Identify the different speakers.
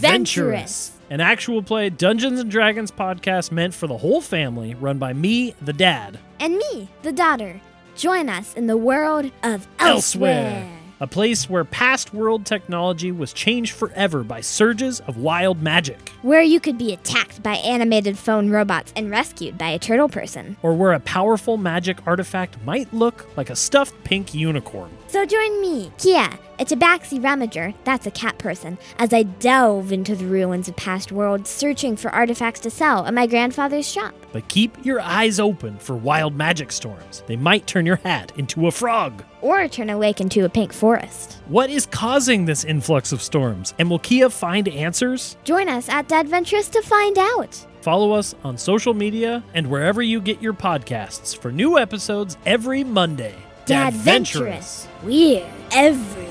Speaker 1: Dadventurous.
Speaker 2: An actual play Dungeons and Dragons podcast meant for the whole family, run by me, the dad.
Speaker 1: And me, the daughter. Join us in the world of
Speaker 2: Elsewhere.
Speaker 1: elsewhere.
Speaker 2: A place where past world technology was changed forever by surges of wild magic,
Speaker 1: Where you could be attacked by animated phone robots and rescued by a turtle person.
Speaker 2: or where a powerful magic artifact might look like a stuffed pink unicorn.
Speaker 1: So join me, Kia, a tabaxi ramager, that's a cat person, as I delve into the ruins of past worlds searching for artifacts to sell at my grandfather's shop.
Speaker 2: But keep your eyes open for wild magic storms. They might turn your hat into a frog.
Speaker 1: Or turn a lake into a pink forest.
Speaker 2: What is causing this influx of storms? And will Kia find answers?
Speaker 1: Join us at Dadventurous to find out.
Speaker 2: Follow us on social media and wherever you get your podcasts for new episodes every Monday.
Speaker 1: Dadventurous. We're everywhere.